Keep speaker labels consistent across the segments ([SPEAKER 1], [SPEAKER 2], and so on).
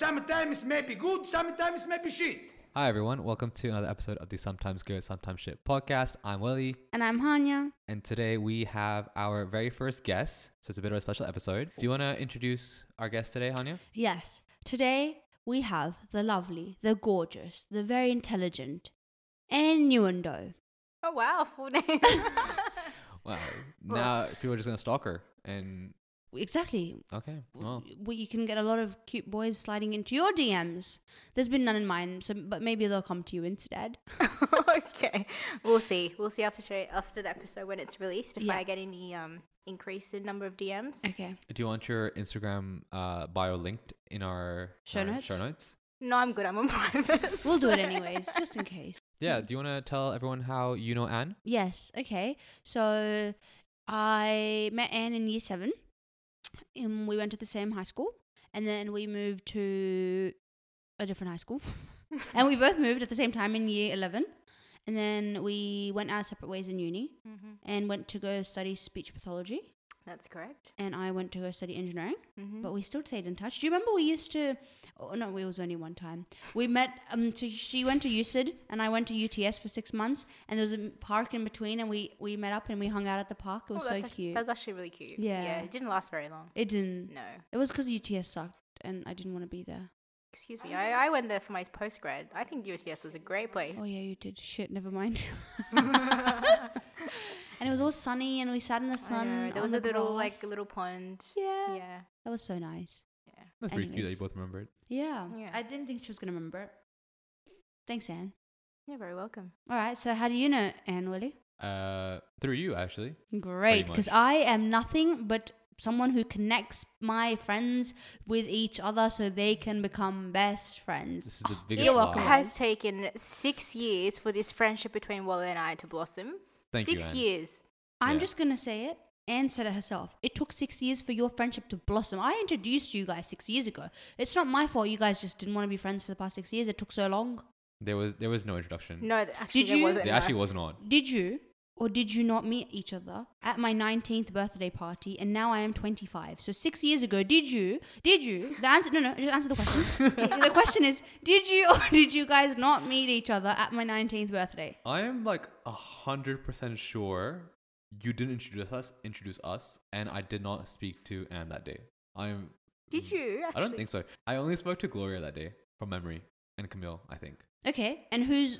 [SPEAKER 1] Sometimes maybe good, sometimes maybe shit.
[SPEAKER 2] Hi everyone, welcome to another episode of the Sometimes Good, Sometimes Shit podcast. I'm Willie,
[SPEAKER 3] And I'm Hanya.
[SPEAKER 2] and today we have our very first guest, so it's a bit of a special episode. Do you want to introduce our guest today, Hanya?
[SPEAKER 3] Yes, today we have the lovely, the gorgeous, the very intelligent Innuendo.
[SPEAKER 4] Oh wow, full name.
[SPEAKER 2] Wow, now people are just gonna stalk her, and
[SPEAKER 3] Exactly.
[SPEAKER 2] okay, well,
[SPEAKER 3] Well, you can get a lot of cute boys sliding into your DMs. There's been none in mine, so but maybe they'll come to you instead.
[SPEAKER 4] okay, we'll see. We'll see after today, after the episode when it's released if
[SPEAKER 3] Yeah.
[SPEAKER 4] I get any um increase in number of DMs.
[SPEAKER 3] Okay.
[SPEAKER 2] do you want your Instagram uh, bio linked in our
[SPEAKER 3] Show
[SPEAKER 2] our
[SPEAKER 3] notes?
[SPEAKER 2] Show notes.
[SPEAKER 4] No, I'm good. I'm on private.
[SPEAKER 3] We'll do it anyways, just in case.
[SPEAKER 2] Yeah, do you want to tell everyone how you know Anne?
[SPEAKER 3] Yes. Okay. So I met Anne in year seven, and we went to the same high school, and then we moved to a different high school, and we both moved at the same time in year eleven, and then we went our separate ways in uni,
[SPEAKER 4] Mhm.
[SPEAKER 3] and went to go study speech pathology,
[SPEAKER 4] That's correct.
[SPEAKER 3] and I went to go study engineering.
[SPEAKER 4] hmm
[SPEAKER 3] But we still stayed in touch. Do you remember we used to? Oh no, it was only one time. We met. Um, so she went to UCID and I went to UTS for six months, and there was a m- park in between, and we we met up and we hung out at the park. It was
[SPEAKER 4] Oh, that's
[SPEAKER 3] so
[SPEAKER 4] act-
[SPEAKER 3] cute.
[SPEAKER 4] That's actually really cute.
[SPEAKER 3] Yeah.
[SPEAKER 4] yeah. It didn't last very long.
[SPEAKER 3] It didn't.
[SPEAKER 4] No,
[SPEAKER 3] It was because UTS sucked, and I didn't want to be there.
[SPEAKER 4] excuse me. I, I went there for my post grad. I think USCS was a great place.
[SPEAKER 3] Oh yeah, you did. Shit, never mind. and it was all sunny, and we sat in the
[SPEAKER 4] I
[SPEAKER 3] sun.
[SPEAKER 4] know. There
[SPEAKER 3] on
[SPEAKER 4] was
[SPEAKER 3] the
[SPEAKER 4] a little like
[SPEAKER 3] grass.
[SPEAKER 4] little pond.
[SPEAKER 3] Yeah.
[SPEAKER 4] Yeah.
[SPEAKER 3] That was so nice.
[SPEAKER 2] That's pretty cute that you
[SPEAKER 3] Anyways.
[SPEAKER 2] both remembered.
[SPEAKER 3] Yeah.
[SPEAKER 4] Yeah.
[SPEAKER 3] I didn't think she was gonna remember it. Thanks, Anne.
[SPEAKER 4] You're very welcome.
[SPEAKER 3] All right. So how do you know Anne, Willie?
[SPEAKER 2] Uh, through you actually.
[SPEAKER 3] Great, because
[SPEAKER 2] much.
[SPEAKER 3] I am nothing but someone who connects my friends with each other so they can become best
[SPEAKER 2] This
[SPEAKER 3] friends.
[SPEAKER 2] is the biggest.
[SPEAKER 4] It
[SPEAKER 3] You're welcome.
[SPEAKER 2] lie.
[SPEAKER 4] has taken six years for this friendship between Wally and I to blossom.
[SPEAKER 2] Thank you,
[SPEAKER 4] six
[SPEAKER 2] Anne.
[SPEAKER 4] years.
[SPEAKER 3] I'm
[SPEAKER 2] Yeah.
[SPEAKER 3] just going to say it. Anne said it herself. It took six years for your friendship to blossom. I introduced you guys six years ago. It's not my fault you guys just didn't want to be friends for the past six years. It took so long.
[SPEAKER 2] There was there was no introduction.
[SPEAKER 4] No, th- actually,
[SPEAKER 3] Did
[SPEAKER 4] there
[SPEAKER 3] you-
[SPEAKER 4] wasn't.
[SPEAKER 2] there
[SPEAKER 4] no.
[SPEAKER 2] actually was not.
[SPEAKER 3] Did you or did you not meet each other at my 19th birthday party and now I am 25? So 6 years ago, did you? Did you? The answer no no, just answer the question. the question is, did you or did you guys not meet each other at my 19th birthday?
[SPEAKER 2] I am like a hundred percent sure you didn't introduce us, introduce us, and I did not speak to Anne that day. I'm.
[SPEAKER 4] Did you? Actually?
[SPEAKER 2] I don't think so. I only spoke to Gloria that day from memory, and Camille, I think.
[SPEAKER 3] Okay. And who's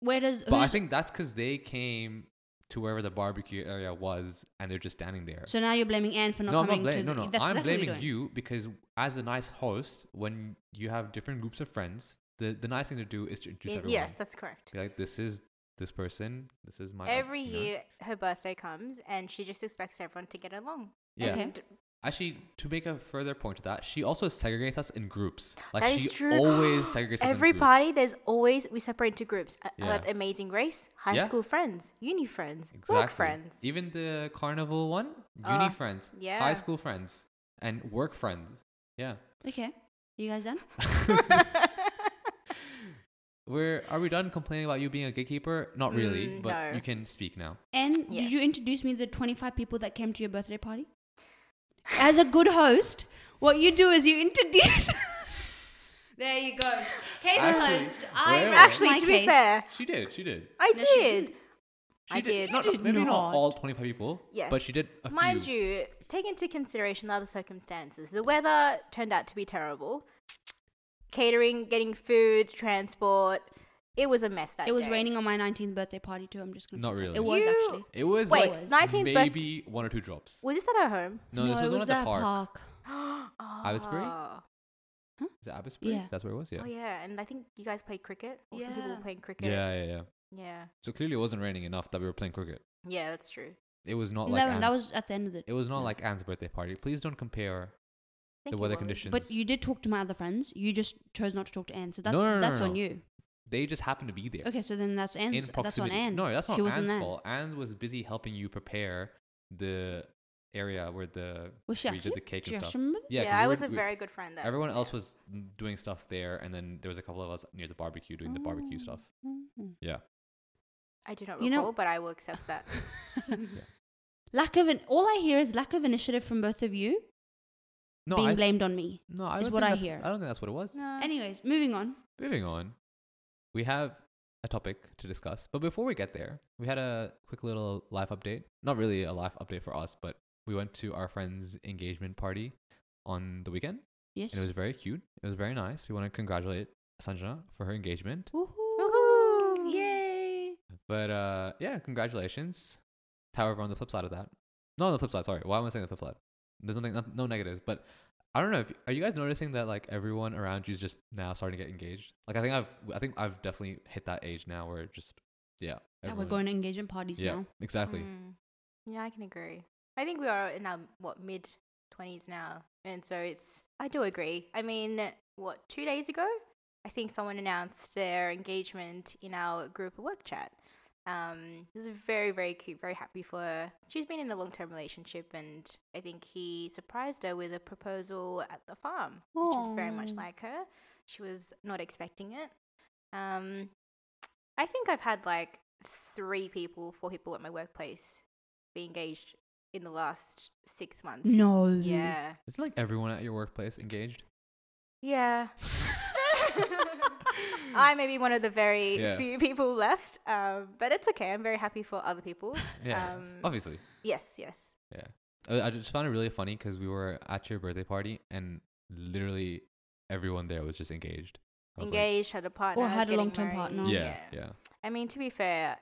[SPEAKER 3] where does
[SPEAKER 2] But I
[SPEAKER 3] who's-
[SPEAKER 2] think that's because they came to wherever the barbecue area was, and they're just standing there.
[SPEAKER 3] So now you're blaming Anne for not
[SPEAKER 2] no, I'm
[SPEAKER 3] coming
[SPEAKER 2] not blaming.
[SPEAKER 3] to
[SPEAKER 2] No,
[SPEAKER 3] the-
[SPEAKER 2] no,
[SPEAKER 3] that's
[SPEAKER 2] I'm
[SPEAKER 3] exactly what you're
[SPEAKER 2] blaming
[SPEAKER 3] doing.
[SPEAKER 2] you because as a nice host, when you have different groups of friends, the the nice thing to do is to introduce
[SPEAKER 4] Yeah,
[SPEAKER 2] everyone.
[SPEAKER 4] yes, that's correct.
[SPEAKER 2] Be like, this is this person. This is my
[SPEAKER 4] Every
[SPEAKER 2] you know?
[SPEAKER 4] year her birthday comes and she just expects everyone to get along.
[SPEAKER 2] Yeah.
[SPEAKER 3] Okay.
[SPEAKER 4] D-
[SPEAKER 2] Actually, to make a further point to that, she also segregates us in groups. Like
[SPEAKER 4] that
[SPEAKER 2] she
[SPEAKER 4] is true.
[SPEAKER 2] always segregates us
[SPEAKER 4] Every
[SPEAKER 2] in groups.
[SPEAKER 4] party, there's always, we separate into groups. Uh,
[SPEAKER 2] Yeah.
[SPEAKER 4] like amazing Race, high
[SPEAKER 2] Yeah.
[SPEAKER 4] school friends, uni friends, work friends.
[SPEAKER 2] Even the carnival one, uni
[SPEAKER 4] Uh,
[SPEAKER 2] friends, high
[SPEAKER 4] yeah.
[SPEAKER 2] school friends, and work friends. Yeah.
[SPEAKER 3] Okay. You guys done?
[SPEAKER 2] We're are we done complaining about you being a gatekeeper? Not really,
[SPEAKER 4] Mm,
[SPEAKER 2] but
[SPEAKER 4] no.
[SPEAKER 2] you can speak now.
[SPEAKER 3] And
[SPEAKER 4] Yeah.
[SPEAKER 3] did you introduce me to the 25 people that came to your birthday party? As a good host, what you do is you introduce. there you go. Case
[SPEAKER 2] Actually,
[SPEAKER 3] closed. I
[SPEAKER 2] well-
[SPEAKER 3] rest
[SPEAKER 4] Actually,
[SPEAKER 3] my
[SPEAKER 4] to be
[SPEAKER 3] case.
[SPEAKER 4] fair,
[SPEAKER 2] She did. She did.
[SPEAKER 4] I
[SPEAKER 3] No, she
[SPEAKER 4] did.
[SPEAKER 2] She
[SPEAKER 4] I did.
[SPEAKER 2] Not,
[SPEAKER 3] You did
[SPEAKER 2] maybe
[SPEAKER 3] not.
[SPEAKER 2] all twenty five people.
[SPEAKER 4] Yes.
[SPEAKER 2] But she did. A
[SPEAKER 4] Mind
[SPEAKER 2] few.
[SPEAKER 4] you, take into consideration the other circumstances. The weather turned out to be terrible. Catering, getting food, transport. It was a mess that
[SPEAKER 3] It was
[SPEAKER 4] day.
[SPEAKER 3] raining on my 19th birthday party too. I'm just gonna.
[SPEAKER 2] Not
[SPEAKER 3] put that-
[SPEAKER 2] really.
[SPEAKER 3] It was
[SPEAKER 4] You-
[SPEAKER 3] actually.
[SPEAKER 2] It was
[SPEAKER 4] Wait,
[SPEAKER 2] like
[SPEAKER 4] 19th birth-
[SPEAKER 2] maybe one or two drops.
[SPEAKER 4] Was this at our home?
[SPEAKER 2] No, this was,
[SPEAKER 3] it was
[SPEAKER 2] one at the
[SPEAKER 3] that
[SPEAKER 2] park.
[SPEAKER 3] park.
[SPEAKER 2] Abbotsbury?
[SPEAKER 4] Oh.
[SPEAKER 2] Is it Abbotsbury?
[SPEAKER 3] Yeah.
[SPEAKER 2] That's where it was.
[SPEAKER 4] Oh, yeah. And I think you guys played cricket, or some people
[SPEAKER 3] Yeah.
[SPEAKER 4] were playing cricket.
[SPEAKER 2] Yeah, yeah, yeah.
[SPEAKER 4] Yeah.
[SPEAKER 2] So clearly, it wasn't raining enough that we were playing cricket.
[SPEAKER 4] Yeah, that's true.
[SPEAKER 2] It was not
[SPEAKER 3] No,
[SPEAKER 2] like Anne's,
[SPEAKER 3] that was at the end of the.
[SPEAKER 2] it was not
[SPEAKER 3] no.
[SPEAKER 2] like Anne's birthday party. Please don't compare
[SPEAKER 4] Thank you,
[SPEAKER 2] the weather
[SPEAKER 4] Wally.
[SPEAKER 2] conditions.
[SPEAKER 3] But you did talk to my other friends. You just chose not to talk to Anne, so that's
[SPEAKER 2] no, no,
[SPEAKER 3] that's
[SPEAKER 2] no,
[SPEAKER 3] on
[SPEAKER 2] no.
[SPEAKER 3] you.
[SPEAKER 2] They just happened to be there
[SPEAKER 3] Okay, so then that's Anne's.
[SPEAKER 2] in proximity.
[SPEAKER 3] That's on Anne.
[SPEAKER 2] No, that's not
[SPEAKER 3] she wasn't
[SPEAKER 2] Anne's
[SPEAKER 3] there.
[SPEAKER 2] fault. Anne was busy helping you prepare the area where the
[SPEAKER 3] Was she
[SPEAKER 2] where you
[SPEAKER 3] actually?
[SPEAKER 2] did the cake
[SPEAKER 3] She
[SPEAKER 2] and
[SPEAKER 3] actually
[SPEAKER 2] stuff.
[SPEAKER 3] remember that?
[SPEAKER 4] Yeah,
[SPEAKER 2] 'cause we
[SPEAKER 4] I
[SPEAKER 2] were-
[SPEAKER 4] was a
[SPEAKER 2] we-
[SPEAKER 4] very good friend there.
[SPEAKER 2] Everyone else was doing stuff there, and then there was a couple of us near the barbecue doing the barbecue stuff.
[SPEAKER 3] Mhm.
[SPEAKER 2] Yeah.
[SPEAKER 4] I do not recall,
[SPEAKER 3] You know-
[SPEAKER 4] but I will accept that.
[SPEAKER 3] lack of an all I hear is lack of initiative from both of you,
[SPEAKER 2] No,
[SPEAKER 3] being
[SPEAKER 2] I,
[SPEAKER 3] blamed on me.
[SPEAKER 2] no, I
[SPEAKER 3] is
[SPEAKER 2] don't
[SPEAKER 3] what
[SPEAKER 2] think
[SPEAKER 3] I
[SPEAKER 2] that's-
[SPEAKER 3] hear.
[SPEAKER 2] I don't think that's what it was.
[SPEAKER 4] No.
[SPEAKER 3] Anyways, moving on.
[SPEAKER 2] Moving on, we have a topic to discuss. But before we get there, we had a quick little live update. Not really a live update for us, but we went to our friend's engagement party on the weekend,
[SPEAKER 3] Yes.
[SPEAKER 2] and it was very cute. It was very nice. We want to congratulate Sanjana for her engagement.
[SPEAKER 3] Woohoo! Yay!
[SPEAKER 2] But uh, yeah, congratulations. However, on the flip side of that, no, on the flip side. Sorry, why am I saying the flip side? There's nothing, no, no negatives. But I don't know. If, are you guys noticing that like everyone around you is just now starting to get engaged? Like I think I've, I think I've definitely hit that age now where it just, yeah,
[SPEAKER 3] That we're
[SPEAKER 2] everyone-
[SPEAKER 3] going to engagement parties
[SPEAKER 2] Yeah,
[SPEAKER 3] now.
[SPEAKER 2] exactly.
[SPEAKER 4] Mm. Yeah, I can agree. I think we are in our what mid twenties now, and so it's. I do agree. I mean, what two days ago, I think someone announced their engagement in our group work chat. Um, this is very very cute. Very happy for her. She's been in a long term relationship, and I think he surprised her with a proposal at the farm, which is very much
[SPEAKER 3] Aw.
[SPEAKER 4] like her. She was not expecting it. Um, I think I've had like three people, four people at my workplace be engaged in the last six months.
[SPEAKER 3] No.
[SPEAKER 4] Yeah.
[SPEAKER 2] Isn't like everyone at your workplace engaged?
[SPEAKER 4] Yeah. I may be one of the very
[SPEAKER 2] Yeah.
[SPEAKER 4] few people left, um, but it's okay. I'm very happy for other people.
[SPEAKER 2] Yeah,
[SPEAKER 4] Um,
[SPEAKER 2] obviously.
[SPEAKER 4] yes, yes.
[SPEAKER 2] I, I just found it really funny because we were at your birthday party and literally everyone there was just engaged. I was like,
[SPEAKER 4] Engaged, had a partner,
[SPEAKER 3] had a
[SPEAKER 4] getting
[SPEAKER 3] long-term
[SPEAKER 4] married.
[SPEAKER 3] partner.
[SPEAKER 2] yeah, yeah.
[SPEAKER 4] I mean, to be fair,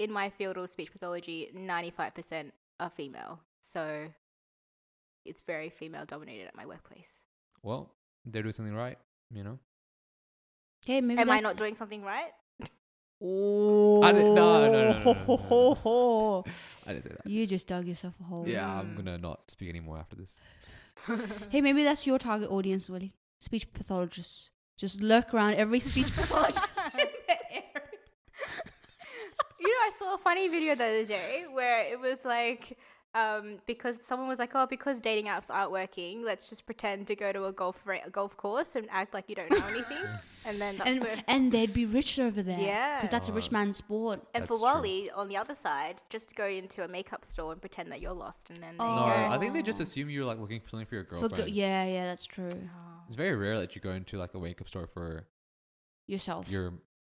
[SPEAKER 4] in my field of speech pathology, 95% are female. So it's very female dominated at my workplace.
[SPEAKER 2] Well, they're doing something right, you know.
[SPEAKER 3] Okay, maybe.
[SPEAKER 4] Am I
[SPEAKER 3] that's-
[SPEAKER 4] not doing something right?
[SPEAKER 3] Oh.
[SPEAKER 2] I didn't- no, no, no, no, no, no, no, no.
[SPEAKER 3] ho.
[SPEAKER 2] I didn't say that.
[SPEAKER 3] You just dug yourself a hole.
[SPEAKER 2] Yeah, I'm
[SPEAKER 4] Mm.
[SPEAKER 2] gonna not speak anymore after this.
[SPEAKER 3] Hey, maybe that's your target audience, Willie. Speech pathologists. Just lurk around every speech pathologist in the area.
[SPEAKER 4] you know, I saw a funny video the other day where it was like, um, because someone was like, "Oh, because dating apps aren't working, let's just pretend to go to a golf ra- a golf course and act like you don't know anything." and then that's
[SPEAKER 3] And,
[SPEAKER 4] where.
[SPEAKER 3] and they'd be rich over there.
[SPEAKER 4] Yeah.
[SPEAKER 3] Because that's a rich
[SPEAKER 2] Oh.
[SPEAKER 3] man's sport.
[SPEAKER 4] And for
[SPEAKER 2] That's true.
[SPEAKER 4] Wally, on the other side, just to go into a makeup store and pretend that you're lost, and then there you
[SPEAKER 2] No,
[SPEAKER 4] go.
[SPEAKER 2] I think they just
[SPEAKER 3] Oh.
[SPEAKER 2] assume you're like looking for something for your
[SPEAKER 3] For
[SPEAKER 2] girlfriend.
[SPEAKER 3] go- yeah, yeah, that's true. Oh.
[SPEAKER 2] It's very rare that you go into like a wake up store for
[SPEAKER 3] Yourself.
[SPEAKER 2] your,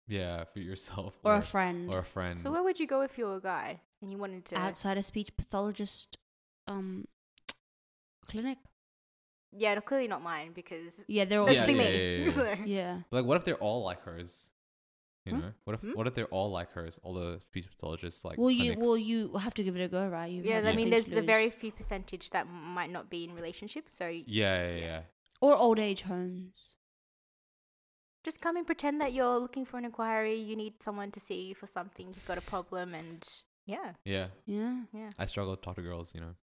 [SPEAKER 2] yeah, for yourself
[SPEAKER 3] or a friend.
[SPEAKER 2] or a friend.
[SPEAKER 4] So where would you go if you were a guy and you wanted to?
[SPEAKER 3] outside a speech pathologist um clinic.
[SPEAKER 4] Yeah, clearly not mine because
[SPEAKER 3] Yeah, they're all
[SPEAKER 4] that's
[SPEAKER 2] Yeah,
[SPEAKER 4] for
[SPEAKER 2] yeah,
[SPEAKER 4] me.
[SPEAKER 2] yeah, yeah.
[SPEAKER 4] So-
[SPEAKER 3] yeah.
[SPEAKER 2] like, what if they're all like hers? You
[SPEAKER 3] Huh?
[SPEAKER 2] know, what if
[SPEAKER 4] Hmm?
[SPEAKER 2] what if they're all like hers? All the speech pathologists like.
[SPEAKER 3] Well, you
[SPEAKER 2] clinics?
[SPEAKER 3] well you have to give it a go, right? You
[SPEAKER 4] Yeah,
[SPEAKER 3] have
[SPEAKER 4] I
[SPEAKER 2] Yeah.
[SPEAKER 4] mean,
[SPEAKER 3] nothing
[SPEAKER 4] there's
[SPEAKER 3] to
[SPEAKER 4] the
[SPEAKER 3] lose.
[SPEAKER 4] very few percentage that might not be in relationships. So
[SPEAKER 2] Yeah, yeah, yeah.
[SPEAKER 3] or old age homes.
[SPEAKER 4] just come and pretend that you're looking for an inquiry. You need someone to see you for something. You've got a problem, and yeah,
[SPEAKER 2] Yeah,
[SPEAKER 3] Yeah.
[SPEAKER 4] yeah.
[SPEAKER 2] I struggle to talk to girls. You know,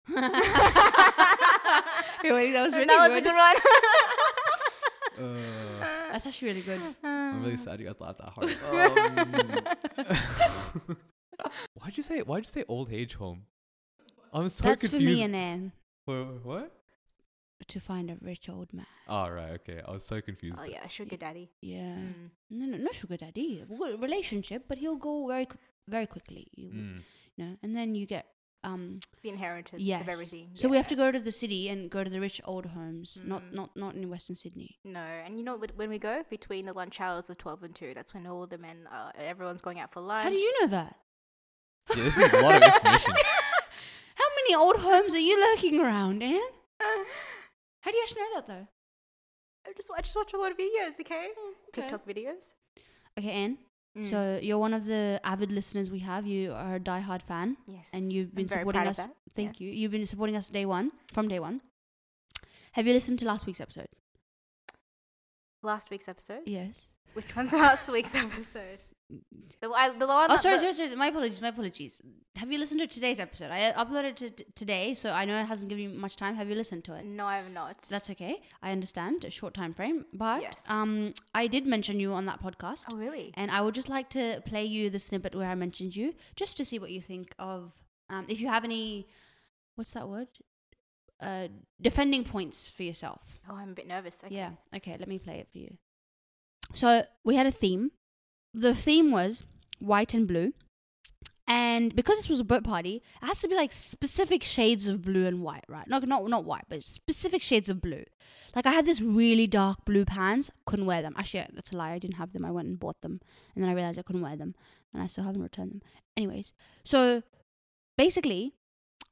[SPEAKER 3] Anyway, that was really
[SPEAKER 4] that was a
[SPEAKER 3] good. Oh,
[SPEAKER 4] good one.
[SPEAKER 2] uh,
[SPEAKER 3] That's actually really good.
[SPEAKER 2] I'm
[SPEAKER 4] Mm.
[SPEAKER 2] really sad Um, you guys laughed that
[SPEAKER 3] um,
[SPEAKER 2] hard. Um, why'd you say? Why'd you say old age home? I'm so
[SPEAKER 3] that's for
[SPEAKER 2] confused.
[SPEAKER 3] me and Anne
[SPEAKER 2] Wait, wait, what?
[SPEAKER 3] to find a rich old man.
[SPEAKER 2] All right, okay. I was so confused.
[SPEAKER 4] Oh
[SPEAKER 2] there.
[SPEAKER 4] yeah, sugar daddy.
[SPEAKER 3] Yeah.
[SPEAKER 4] Mm.
[SPEAKER 3] No, no, no sugar daddy. We've got a relationship, but he'll go very qu- very quickly. You,
[SPEAKER 2] Mm.
[SPEAKER 3] you know, and then you get um
[SPEAKER 4] The inheritance
[SPEAKER 3] yes.
[SPEAKER 4] of everything.
[SPEAKER 3] So we have to
[SPEAKER 4] yeah.
[SPEAKER 3] go to the city and go to the rich old homes,
[SPEAKER 4] Mm.
[SPEAKER 3] not not not in Western Sydney.
[SPEAKER 4] No, and you know what- when we go between the lunch hours of twelve and two, that's when all the men, are, everyone's going out for lunch.
[SPEAKER 3] How do you know that?
[SPEAKER 2] Yeah, this is a lot of information.
[SPEAKER 3] How many old homes are you lurking around, Anne? How do you actually know that though?
[SPEAKER 4] I just I just watch a lot of videos. Okay,
[SPEAKER 3] Mm, okay.
[SPEAKER 4] TikTok videos.
[SPEAKER 3] Okay, Anne.
[SPEAKER 4] Mm.
[SPEAKER 3] So you're one of the avid listeners we have. You are a diehard fan,
[SPEAKER 4] yes,
[SPEAKER 3] and you've
[SPEAKER 4] I'm
[SPEAKER 3] been
[SPEAKER 4] very
[SPEAKER 3] supporting
[SPEAKER 4] proud
[SPEAKER 3] us.
[SPEAKER 4] of that.
[SPEAKER 3] Thank
[SPEAKER 4] Yes.
[SPEAKER 3] you. You've been supporting us day one from day one. Have you listened to last week's episode?
[SPEAKER 4] Last week's episode.
[SPEAKER 3] Yes.
[SPEAKER 4] Which one's last week's episode? The, I, the one
[SPEAKER 3] oh,
[SPEAKER 4] that-
[SPEAKER 3] sorry,
[SPEAKER 4] the-
[SPEAKER 3] sorry, sorry. My apologies. My apologies. Have you listened to today's episode? I uh, uploaded to t- today, so I know it hasn't given you much time. Have you listened to it?
[SPEAKER 4] No, I'm not.
[SPEAKER 3] That's okay. I understand a short time frame, but
[SPEAKER 4] Yes.
[SPEAKER 3] um, I did mention you on that podcast.
[SPEAKER 4] oh, really?
[SPEAKER 3] And I would just like to play you the snippet where I mentioned you, just to see what you think of. Um, if you have any, what's that word? Uh, defending points for yourself.
[SPEAKER 4] Oh, I'm a bit nervous. Okay.
[SPEAKER 3] Yeah. Okay. Let me play it for you. So we had a theme. The theme was white and blue, And because this was a boat party, it has to be like specific shades of blue and white, right? Not not not white, but specific shades of blue. Like I had this really dark blue pants, couldn't wear them. Actually, that's a lie. I didn't have them. I went and bought them, and then I realized I couldn't wear them, and I still haven't returned them. Anyways, so basically,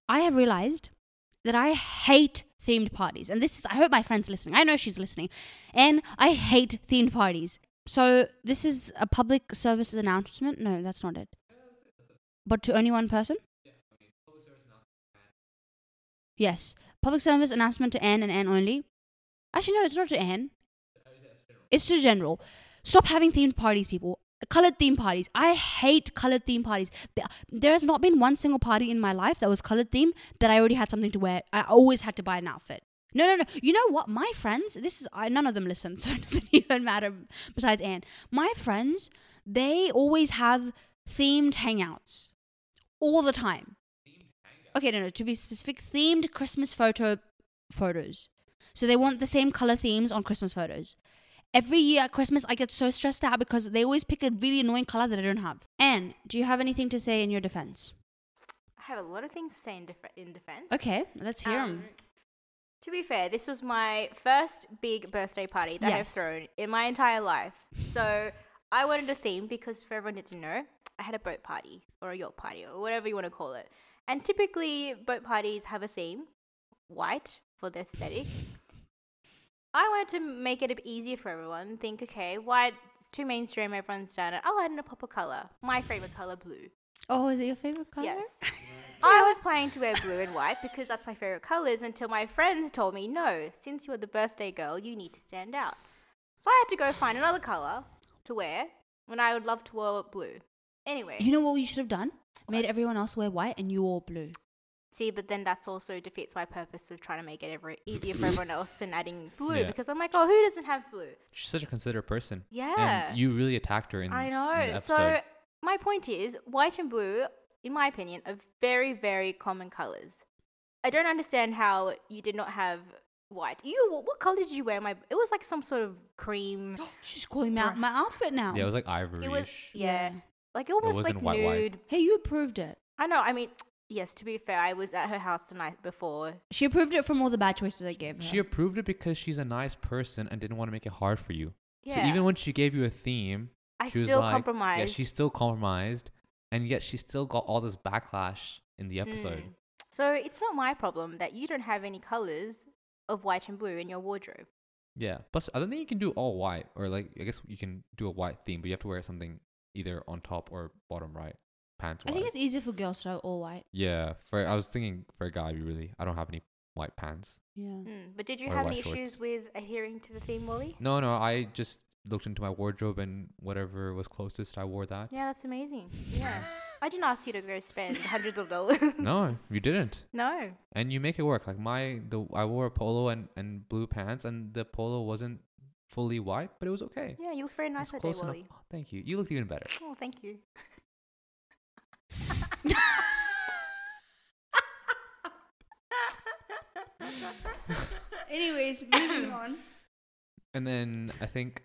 [SPEAKER 3] I have realized that I hate themed parties, and this is. I hope my friend's listening. I know she's listening, and I hate themed parties. So this is a public service announcement. No, that's not it. But to only one person? Yes. Public service announcement to Anne and Anne only. Actually, no, it's not to Anne. It's to general. Stop having themed parties, people. Colored theme parties. I hate colored theme parties. Th- There has not been one single party in my life that was colored theme that I already had something to wear. I always had to buy an outfit. No, no, no. You know what? My friends, this is I, none of them listen, so it doesn't even matter. Besides Anne, my friends, they always have themed hangouts all the time. Okay, no, no. To be specific, themed Christmas photo photos. So they want the same color themes on Christmas photos. Every year at Christmas, I get so stressed out because they always pick a really annoying color that I don't have. Anne, do you have anything to say in your defense?
[SPEAKER 4] I have a lot of things to say in, def- in defense.
[SPEAKER 3] Okay, let's hear them.
[SPEAKER 4] Um, to be fair, this was my first big birthday party that I've
[SPEAKER 3] Yes.
[SPEAKER 4] thrown in my entire life. So I wanted a theme because for everyone that didn't know, I had a boat party or a yacht party or whatever you want to call it. And typically, boat parties have a theme white for the aesthetic. I wanted to make it a bit easier for everyone. Think, okay, white is too mainstream, everyone's done it. I'll add in a pop of color. My favorite color, blue.
[SPEAKER 3] Oh, is it your favorite color?
[SPEAKER 4] Yes. I was planning to wear blue and white because that's my favorite colors until my friends told me, no, since you're the birthday girl, you need to stand out. So I had to go find another color to wear when I would love to wear blue. Anyway,
[SPEAKER 3] You know what you should have done? Made everyone else wear white and you all blue.
[SPEAKER 4] see, but then that's also defeats my purpose of trying to make it ever easier for everyone else and adding blue
[SPEAKER 2] Yeah.
[SPEAKER 4] because I'm like, oh, who doesn't have blue?
[SPEAKER 2] She's such a considerate person.
[SPEAKER 4] Yeah.
[SPEAKER 2] And you really attacked her in
[SPEAKER 4] I
[SPEAKER 2] in the
[SPEAKER 4] know. So
[SPEAKER 2] episode.
[SPEAKER 4] my point is, white and blue, in my opinion, are very, very common colors. I don't understand how you did not have white. You, what, what color did you wear? My, it was like some sort of cream.
[SPEAKER 3] She's calling me out my outfit now.
[SPEAKER 2] Yeah, it was like
[SPEAKER 4] um, It
[SPEAKER 2] ivoryish.
[SPEAKER 4] was, yeah,
[SPEAKER 3] Yeah.
[SPEAKER 4] like almost
[SPEAKER 2] wasn't
[SPEAKER 4] like
[SPEAKER 2] white, white.
[SPEAKER 4] nude.
[SPEAKER 3] Hey, you approved it.
[SPEAKER 4] I know. I mean, yes. To be fair, I was at her house the night before.
[SPEAKER 3] She approved it from all the bad choices I gave her.
[SPEAKER 2] She approved it because she's a nice person and didn't want to make it hard for you.
[SPEAKER 4] Yeah,
[SPEAKER 2] So even when she gave you a theme,
[SPEAKER 4] I
[SPEAKER 2] she was
[SPEAKER 4] still
[SPEAKER 2] like-
[SPEAKER 4] compromised.
[SPEAKER 2] Yeah, she still compromised, and yet she still got all this backlash in the episode.
[SPEAKER 4] Mm. So it's not my problem that you don't have any colors of white and blue in your wardrobe.
[SPEAKER 2] Yeah. Plus, I don't think you can do all white, or like I guess you can do a white theme, but you have to wear something either on top or bottom right, pants.
[SPEAKER 3] I
[SPEAKER 2] Wise.
[SPEAKER 3] think it's e easier for girls to have all white.
[SPEAKER 2] yeah. For I was thinking for a guy, really, I don't have any white pants.
[SPEAKER 3] Yeah.
[SPEAKER 4] Mm, But did you
[SPEAKER 2] Or
[SPEAKER 4] have any
[SPEAKER 2] white
[SPEAKER 4] issues
[SPEAKER 2] shorts.
[SPEAKER 4] with adhering to the theme, Wally?
[SPEAKER 2] No, no. I just looked into my wardrobe and whatever was closest, I wore that.
[SPEAKER 4] Yeah, that's amazing. Yeah. I didn't ask you to go spend hundreds of dollars.
[SPEAKER 2] No, you didn't.
[SPEAKER 4] No.
[SPEAKER 2] and you make it work. Like my the I wore a polo and and blue pants, and the polo wasn't fully white, but it was okay.
[SPEAKER 4] Yeah, you look very
[SPEAKER 2] It was
[SPEAKER 4] nice that day,
[SPEAKER 2] close enough.
[SPEAKER 4] Wally.
[SPEAKER 2] Oh, thank you. You looked even better.
[SPEAKER 4] Oh, thank you.
[SPEAKER 3] Anyways, moving on.
[SPEAKER 2] And then I think,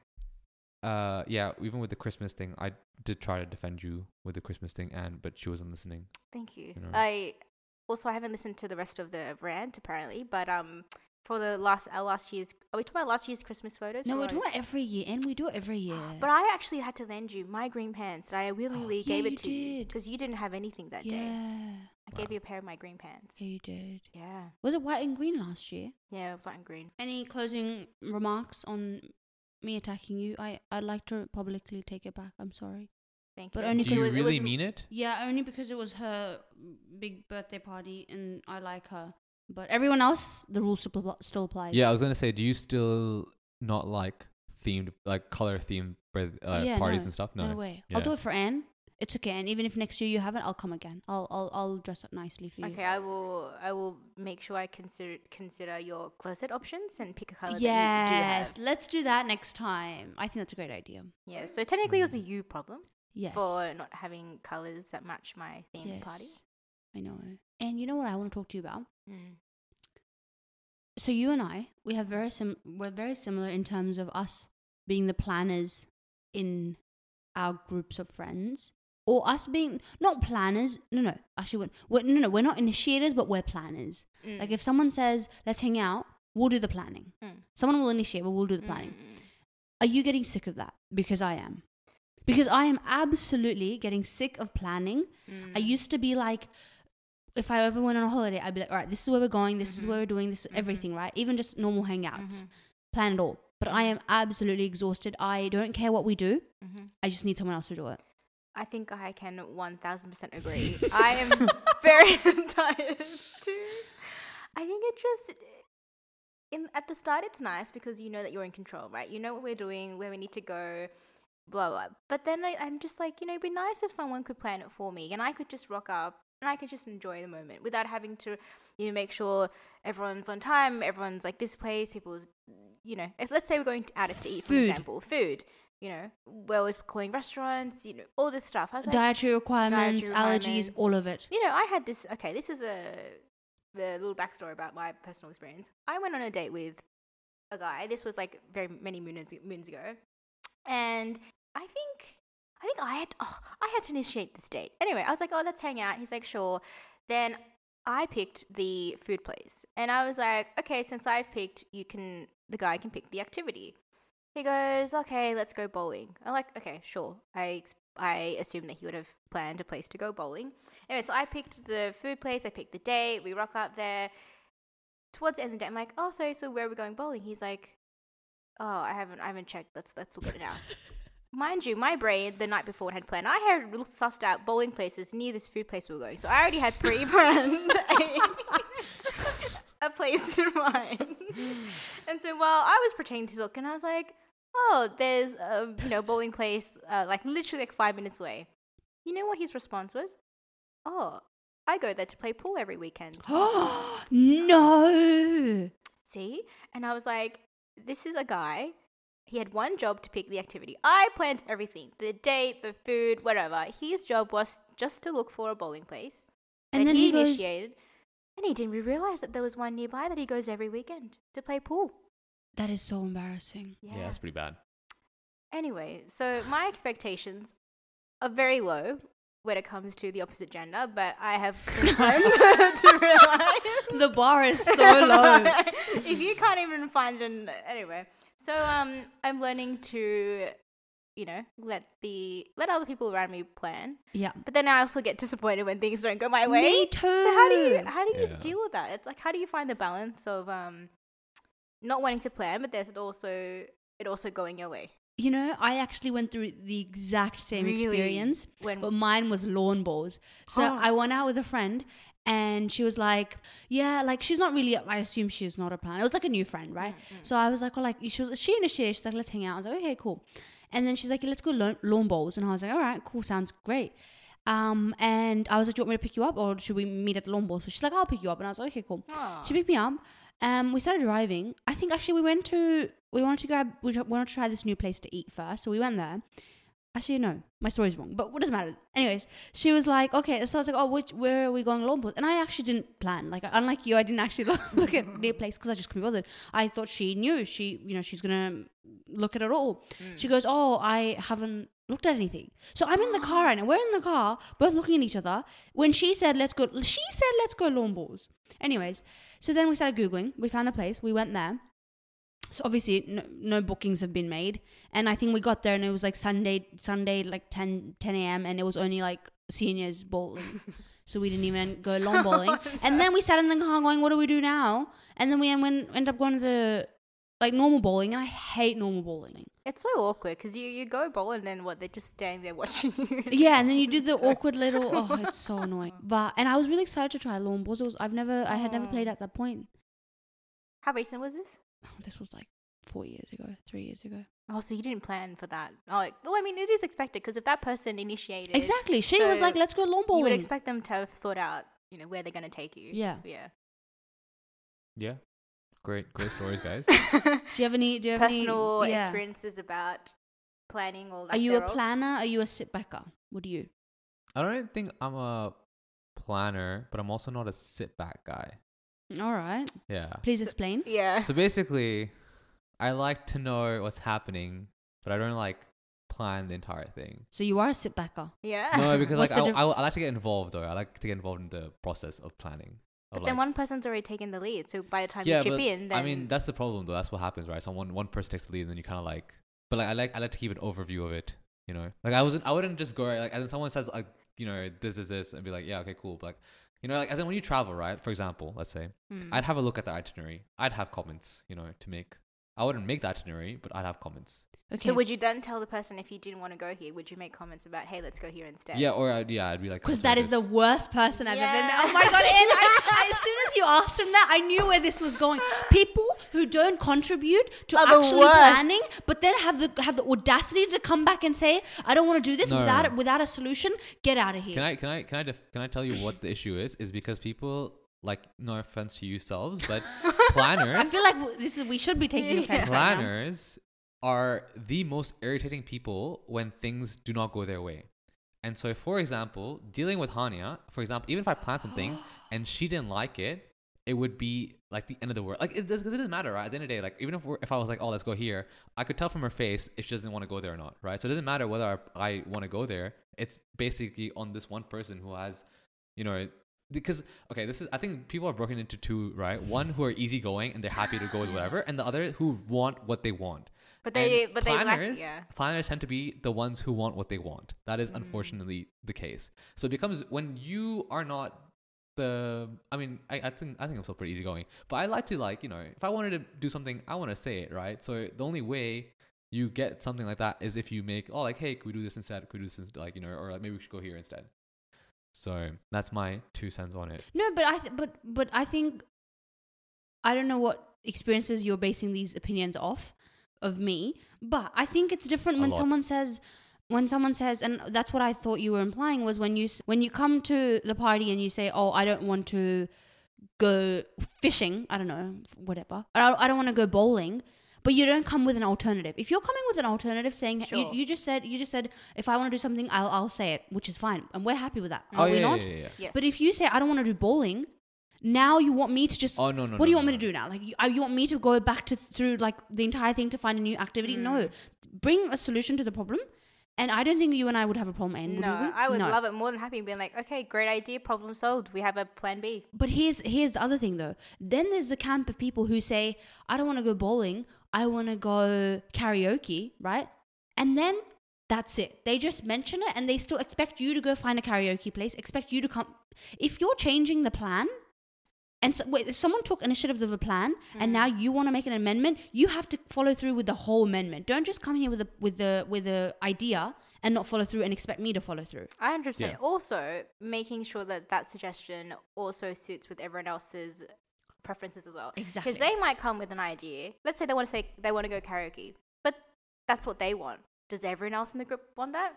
[SPEAKER 2] uh, yeah, even with the Christmas thing, I did try to defend you with the Christmas thing, and but she wasn't listening.
[SPEAKER 4] Thank you.
[SPEAKER 2] You know.
[SPEAKER 4] I also I haven't listened to the rest of the rant apparently, but um for the last our last year's are we talking about last year's Christmas photos?
[SPEAKER 3] No,
[SPEAKER 4] Or-
[SPEAKER 3] we do it every year, and we do it every year.
[SPEAKER 4] But I actually had to lend you my green pants that I willingly
[SPEAKER 3] Oh, Yeah,
[SPEAKER 4] gave
[SPEAKER 3] you
[SPEAKER 4] it to you
[SPEAKER 3] did.
[SPEAKER 4] because you didn't have anything that
[SPEAKER 3] yeah.
[SPEAKER 4] day. I
[SPEAKER 2] Wow.
[SPEAKER 4] gave you a pair of my green pants.
[SPEAKER 3] Yeah, you did.
[SPEAKER 4] Yeah.
[SPEAKER 3] Was it white and green last year?
[SPEAKER 4] Yeah, it was white and green.
[SPEAKER 3] Any closing remarks on me attacking you? I I'd like to publicly take it back. I'm sorry.
[SPEAKER 4] Thank
[SPEAKER 3] But
[SPEAKER 4] you.
[SPEAKER 3] only
[SPEAKER 2] Do
[SPEAKER 3] because
[SPEAKER 2] you
[SPEAKER 3] it was-
[SPEAKER 2] really
[SPEAKER 4] m-
[SPEAKER 2] mean it?
[SPEAKER 3] Yeah, only because it was her big birthday party, and I like her. But everyone else, the rule still still applies.
[SPEAKER 2] Yeah, I was gonna say, do you still not like themed, like color themed birth, uh,
[SPEAKER 3] Oh, Yeah,
[SPEAKER 2] parties
[SPEAKER 3] no.
[SPEAKER 2] and stuff?
[SPEAKER 3] No,
[SPEAKER 2] No.
[SPEAKER 3] way.
[SPEAKER 2] Yeah.
[SPEAKER 3] I'll do it for Anne. It's okay, and even if next year you haven't, I'll come again. I'll I'll I'll dress up nicely for you.
[SPEAKER 4] Okay, I will. I will make sure I consider consider your closet options and pick a color.
[SPEAKER 3] yes,
[SPEAKER 4] That you do have.
[SPEAKER 3] let's do that next time. I think that's a great idea.
[SPEAKER 4] Yeah. So technically, it was a you problem
[SPEAKER 3] Mm. Yes.
[SPEAKER 4] for not having colors that match my theme party.
[SPEAKER 3] Yes. I know. And you know what I want to talk to you about?
[SPEAKER 4] Mm.
[SPEAKER 3] So you and I, we
[SPEAKER 4] Mm-hmm.
[SPEAKER 3] have very sim- we're very similar in terms of us being the planners in our groups of friends, or us being not planners. No, no, actually, we're, we're- no, no, we're not initiators, but we're planners. Like if someone says, "Let's hang out," we'll do the planning.
[SPEAKER 4] Mm.
[SPEAKER 3] Someone will initiate, but we'll do the planning. Are you getting sick of that? Because I am. Because I am absolutely getting sick of planning. I
[SPEAKER 4] Mm.
[SPEAKER 3] used to be like, if I ever went on a holiday, I'd be like, all right, this is where we're going, this is
[SPEAKER 4] Mhm.
[SPEAKER 3] where we're doing, this
[SPEAKER 4] Mhm.
[SPEAKER 3] everything, right? Even just normal hangouts,
[SPEAKER 4] Mhm.
[SPEAKER 3] plan it all. But I am absolutely exhausted. I don't care what we do.
[SPEAKER 4] Mhm.
[SPEAKER 3] I just need someone else to do it.
[SPEAKER 4] I think I can 1000% agree. I am very tired too. I think it just in at the start it's nice because you know that you're in control, right? You know what we're doing, where we need to go, blah blah. But then I, I'm just like, you know, it'd be nice if someone could plan it for me and I could just rock up and I could just enjoy the moment without having to, you know, make sure everyone's on time, everyone's like this place, people's you know, if, let's say we're going to, out to eat, for
[SPEAKER 3] Food.
[SPEAKER 4] example, food. You know, we're always calling restaurants, you know, all this stuff. I was like,
[SPEAKER 3] Dietary requirements,
[SPEAKER 4] Dietary
[SPEAKER 3] allergies,
[SPEAKER 4] requirements.
[SPEAKER 3] all of it.
[SPEAKER 4] you know, I had this. Okay, this is a, a little backstory about my personal experience. I went on a date with a guy. This was like very many moons, moons ago, and I think I think I had oh, I had to initiate this date. Anyway, I was like, oh, let's hang out. He's like, sure. Then I picked the food place, and I was like, okay, since I've picked, you can the guy can pick the activity. He goes, okay, let's go bowling. I'm like, okay, sure. I ex- I assume that he would have planned a place to go bowling. Anyway, so I picked the food place, I picked the date, we rock up there. Towards the end of the day, I'm like, oh, so so where are we going bowling? He's like, oh, I haven't, I haven't checked. Let's let's look at it now. Mind you, my brain the night before had planned. I had little sussed out bowling places near this food place we were going, so I already had pre-planned a, a place in mind. And so while I was pretending to look, and I was like, oh, there's a you know bowling place uh, like literally like five minutes away. You know what his response was? Oh, I go there to play pool every weekend.
[SPEAKER 3] no.
[SPEAKER 4] See? And I was like, this is a guy. He had one job to pick the activity. I planned everything the date, the food, whatever. His job was just to look for a bowling place.
[SPEAKER 3] And
[SPEAKER 4] that
[SPEAKER 3] then
[SPEAKER 4] he,
[SPEAKER 3] he goes-
[SPEAKER 4] initiated. And he didn't realize that there was one nearby that he goes every weekend to play pool.
[SPEAKER 3] That is so embarrassing.
[SPEAKER 2] Yeah. that's pretty bad.
[SPEAKER 4] Anyway, so my expectations are very low when it comes to the opposite gender, but I have some time to realize.
[SPEAKER 3] The bar is so low.
[SPEAKER 4] if you can't even find an anyway, so um, I'm learning to, you know, let the let other people around me plan,
[SPEAKER 3] yeah.
[SPEAKER 4] but then I also get disappointed when things don't go my way.
[SPEAKER 3] Me
[SPEAKER 4] So how do you
[SPEAKER 3] too.
[SPEAKER 4] how do you
[SPEAKER 2] Yeah.
[SPEAKER 4] deal with that? It's like how do you find the balance of um, not wanting to plan, but there's also it also going your way.
[SPEAKER 3] You know, I actually went through the exact same
[SPEAKER 4] Really?
[SPEAKER 3] experience,
[SPEAKER 4] When-
[SPEAKER 3] but mine was lawn bowls. So I went out with a friend and she was like, Yeah, like she's not really, I assume she's not a plan. It was like a new friend, right? So I was like, Well, like, she was, she initiated, she's like, Let's hang out. I was like, Okay, cool. And then she's like, Let's go lawn, lawn bowls. And I was like, All right, cool, sounds great. Um, and I was like, Do you want me to pick you up or should we meet at the lawn bowls? But she's like, I'll pick you up. And I was like, Okay, cool.
[SPEAKER 4] Ah.
[SPEAKER 3] She picked me up. Um, we started driving. I think actually we went to we wanted to grab we tr- wanted to try this new place to eat first, so we went there. Actually, no, my story's wrong, but what doesn't matter. Anyways, she was like, okay, so I was like, oh, which where are we going lawn bowls? And I actually didn't plan. Like unlike you, I didn't actually look, look at the place because I just couldn't be bothered. I thought she knew. She you know she's gonna look at it all. She goes, oh, I haven't looked at anything. So I'm in the car right now. We're in the car, both looking at each other. When she said, let's go, she said, let's go lawn bowls. Anyways, so then we started Googling. We found a place. We went there. So obviously, no, no bookings have been made. And I think we got there and it was like Sunday, Sunday, like 10, 10 a.m. And it was only like seniors bowling. so we didn't even go lawn bowling. And then we sat in the car going, what do we do now? And then we en- went, end up going to the like normal bowling. And I hate normal bowling.
[SPEAKER 4] It's so awkward because you, you go bowl and then what? They're just standing there watching you.
[SPEAKER 3] Yeah, and then you do the awkward little. Oh, it's so annoying. But and I was really excited to try lawn balls. It was I've never I had never played at that point.
[SPEAKER 4] How recent was this?
[SPEAKER 3] Oh, this was like four years ago, three years ago.
[SPEAKER 4] Oh, so you didn't plan for that. Oh, it- well, I mean, it is expected because if that person initiated,
[SPEAKER 3] Exactly. She was
[SPEAKER 4] So
[SPEAKER 3] like, "Let's go lawn
[SPEAKER 4] you would
[SPEAKER 3] bowling."
[SPEAKER 4] expect them to have thought out, you know, where they're going to take you.
[SPEAKER 3] Yeah.
[SPEAKER 4] Yeah.
[SPEAKER 2] Yeah. Great, great stories, guys.
[SPEAKER 3] do you have any? Do you have
[SPEAKER 4] Personal
[SPEAKER 3] any, yeah.
[SPEAKER 4] experiences about planning all that.
[SPEAKER 3] Are you a
[SPEAKER 4] thereof.
[SPEAKER 3] planner? Are you a sit backer? What do you?
[SPEAKER 2] I don't think I'm a planner, but I'm also not a sit back guy.
[SPEAKER 3] All right.
[SPEAKER 2] Yeah.
[SPEAKER 3] Please
[SPEAKER 4] So-
[SPEAKER 3] explain.
[SPEAKER 4] Yeah.
[SPEAKER 2] So basically, I like to know what's happening, but I don't like plan the entire thing.
[SPEAKER 3] So you are a sit backer.
[SPEAKER 4] Yeah.
[SPEAKER 2] No, because
[SPEAKER 3] What's
[SPEAKER 2] like
[SPEAKER 3] the
[SPEAKER 2] I,
[SPEAKER 3] diff-
[SPEAKER 2] I, I like to get involved though. I like to get involved in the process of planning. Of,
[SPEAKER 4] But then
[SPEAKER 2] like-
[SPEAKER 4] one person's already taken the lead, so by the time
[SPEAKER 2] yeah,
[SPEAKER 4] you chip
[SPEAKER 2] but
[SPEAKER 4] in, then
[SPEAKER 2] I mean that's the problem though. That's what happens, right? So one one person takes the lead, and then you kind of like. But like I like I like to keep an overview of it. You know, like I wasn't I wouldn't just go right, like and then someone says like you know this is this and be like yeah okay cool but like you know like as in when you travel right for example let's say
[SPEAKER 3] Hmm.
[SPEAKER 4] Mm.
[SPEAKER 2] I'd have a look at the itinerary I'd have comments you know to make I wouldn't make the itinerary but I'd have comments
[SPEAKER 3] Okay.
[SPEAKER 4] So would you then tell the person if you didn't want to go here? Would you make comments about, hey, let's go here instead?
[SPEAKER 2] yeah or I'd, yeah I'd be like
[SPEAKER 3] because
[SPEAKER 2] "Let's
[SPEAKER 3] that
[SPEAKER 2] do
[SPEAKER 3] is the
[SPEAKER 2] this."
[SPEAKER 3] worst person I've ever met.
[SPEAKER 4] Yeah.
[SPEAKER 3] Oh my god! And I, I- as soon as you asked him that, I knew where this was going. People who don't contribute to
[SPEAKER 4] Are the
[SPEAKER 3] actually
[SPEAKER 4] worst.
[SPEAKER 3] planning, but then have the have the audacity to come back and say, "I don't want to do this
[SPEAKER 2] No.
[SPEAKER 3] without without a solution. Get out of here."
[SPEAKER 2] Can I can I can I def- can I tell you what the issue is? Is because people like no offense to you selves, but planners
[SPEAKER 3] I feel like w- this is we should be taking offense. right now.
[SPEAKER 2] planners are the most irritating people when things do not go their way. And so, for example, dealing with Hania, for example, even if I planned something and she didn't like it, it would be like the end of the world. Like it, does, 'cause it doesn't matter, right? At the end of the day, like even if we're, if I was like, oh, let's go here, I could tell from her face if she doesn't want to go there or not, right? So it doesn't matter whether I, I want to go there. It's basically on this one person who has, you know, because okay, this is I think people are broken into two, right? One who are easygoing and they're happy to go with whatever, and the other who want what they want.
[SPEAKER 4] But they,
[SPEAKER 2] And
[SPEAKER 4] but they lack, yeah. Mm.
[SPEAKER 2] planners tend to be the ones who want what they want. That is unfortunately the case. So it becomes when you are not the. I mean, I, I think I think I'm still pretty easygoing, but I like to like you know if I wanted to do something, I want to say it right. So the only way you get something like that is if you make oh like hey could we do this instead? Could we do this instead? like you know or like maybe we should go here instead. So that's my two cents on it.
[SPEAKER 3] No, but I th- but but I think I don't know what experiences you're basing these opinions off of me, but I think it's different
[SPEAKER 2] A
[SPEAKER 3] when
[SPEAKER 2] lot.
[SPEAKER 3] someone says when someone says and that's what I thought you were implying was when you s- when you come to the party and you say, "Oh, I don't want to go fishing, I don't know, whatever. I don't, I don't want to go bowling." But you don't come with an alternative. If you're coming with an alternative, saying you,
[SPEAKER 4] Sure.
[SPEAKER 3] you just said you just said if I want to do something, I'll, I'll say it, which is fine, and we're happy with that,
[SPEAKER 2] oh
[SPEAKER 3] are
[SPEAKER 2] yeah,
[SPEAKER 3] we
[SPEAKER 2] yeah,
[SPEAKER 3] not?
[SPEAKER 2] yeah, yeah, yeah.
[SPEAKER 4] Yes.
[SPEAKER 3] But if you say I don't want to do bowling, now you want me to just.
[SPEAKER 2] Oh no no.
[SPEAKER 3] what do you want me to do now? Like you, uh, you want me to go back to through like the entire thing to find a new activity? No,
[SPEAKER 4] Mm.
[SPEAKER 3] bring a solution to the problem. And I don't think you and I would have a problem. Anne, would
[SPEAKER 4] no,
[SPEAKER 3] we?
[SPEAKER 4] I would
[SPEAKER 3] No.
[SPEAKER 4] love it more than happy being like, okay, great idea, problem solved. We have a plan B.
[SPEAKER 3] But here's here's the other thing though. Then there's the camp of people who say, I don't want to go bowling, I want to go karaoke, right? And then that's it. They just mention it and they still expect you to go find a karaoke place, expect you to come. If you're changing the plan, and so, wait, if someone took initiative of a plan and now you want to make an amendment, you have to follow through with the whole amendment. Don't just come here with a with the with the idea and not follow through and expect me to follow through.
[SPEAKER 4] I understand.
[SPEAKER 2] Yeah.
[SPEAKER 4] Also, making sure that that suggestion also suits with everyone else's preferences as well.
[SPEAKER 3] Exactly.
[SPEAKER 4] Because they might come with an idea. Let's say they want to say they want to go karaoke, but that's what they want. Does everyone else in the group want that?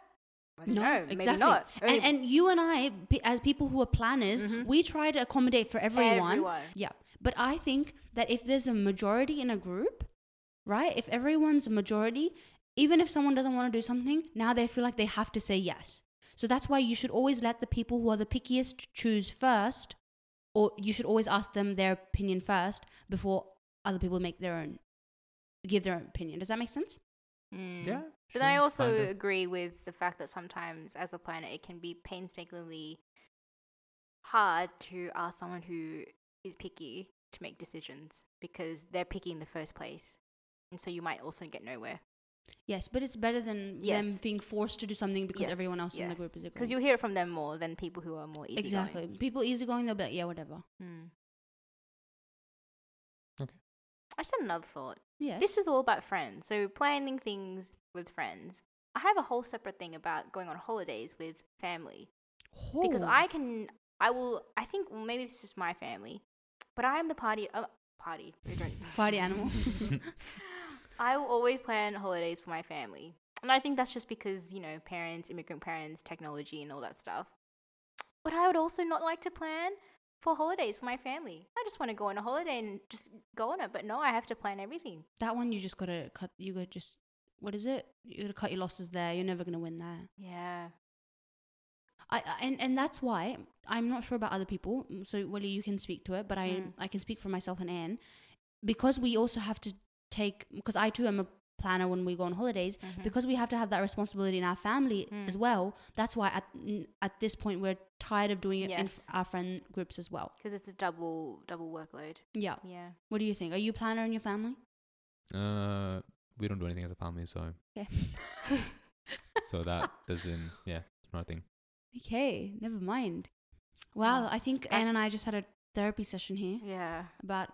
[SPEAKER 4] I don't know, Maybe not.
[SPEAKER 3] And,
[SPEAKER 4] Only Mm-hmm.
[SPEAKER 3] and you and I, pe- as people who are planners, we try to accommodate for everyone.
[SPEAKER 4] Everyone.
[SPEAKER 3] Yeah. But I think that if there's a majority in a group, right? If everyone's a majority, even if someone doesn't want to do something, now they feel like they have to say yes. So that's why you should always let the people who are the pickiest choose first, or you should always ask them their opinion first before other people make their own, give their own opinion. Does that make sense?
[SPEAKER 4] Mm.
[SPEAKER 2] Yeah.
[SPEAKER 4] But then I
[SPEAKER 2] sure,
[SPEAKER 4] also
[SPEAKER 2] kind of.
[SPEAKER 4] agree with the fact that sometimes, as a planner, it can be painstakingly hard to ask someone who is picky to make decisions because they're picky in the first place. And so you might also get nowhere.
[SPEAKER 3] Yes, but it's better than
[SPEAKER 4] Yes.
[SPEAKER 3] them being forced to do something because
[SPEAKER 4] Yes,
[SPEAKER 3] everyone else in the
[SPEAKER 4] yes.
[SPEAKER 3] group is agreeing.
[SPEAKER 4] Because you'll hear it from them more than people who are more Hmm. easy.
[SPEAKER 3] exactly people easygoing, they'll be like, yeah, whatever.
[SPEAKER 2] Okay.
[SPEAKER 4] I just had another thought.
[SPEAKER 3] Yeah.
[SPEAKER 4] This is all about friends. So planning things with friends. I have a whole separate thing about going on holidays with family. because I can, I will, I think well, maybe this is my family, but I am the party uh, party. we don't.
[SPEAKER 3] party animal.
[SPEAKER 4] I will always plan holidays for my family, and I think that's just because you know parents, immigrant parents, technology, and all that stuff. But I would also not like to plan for holidays for my family. I just want to go on a holiday and just go on it. But no, I have to plan everything.
[SPEAKER 3] that one you just gotta cut. You gotta just what is it? You gotta cut your losses there. You're never gonna win there.
[SPEAKER 4] Yeah.
[SPEAKER 3] I, I and and that's why I'm not sure about other people. So Willie, you can speak to it, but I
[SPEAKER 4] Mm.
[SPEAKER 3] I can speak for myself and Anne because we also have to take because I too am a planner when we go on holidays
[SPEAKER 4] Mm-hmm.
[SPEAKER 3] because we have to have that responsibility in our family
[SPEAKER 4] Mm.
[SPEAKER 3] as well. That's why at n- at this point we're tired of doing it
[SPEAKER 4] Yes.
[SPEAKER 3] in our friend groups as well.
[SPEAKER 4] because it's a double double workload.
[SPEAKER 3] Yeah.
[SPEAKER 4] Yeah.
[SPEAKER 3] What do you think? Are you a planner in your family?
[SPEAKER 2] Uh, we don't do anything as a family, so
[SPEAKER 3] Okay.
[SPEAKER 2] so that doesn't. Yeah, it's not a thing.
[SPEAKER 3] okay. Never mind. Wow.
[SPEAKER 4] Wow.
[SPEAKER 3] I think
[SPEAKER 4] I-
[SPEAKER 3] Anne and I just had a therapy session here
[SPEAKER 4] Yeah.
[SPEAKER 3] about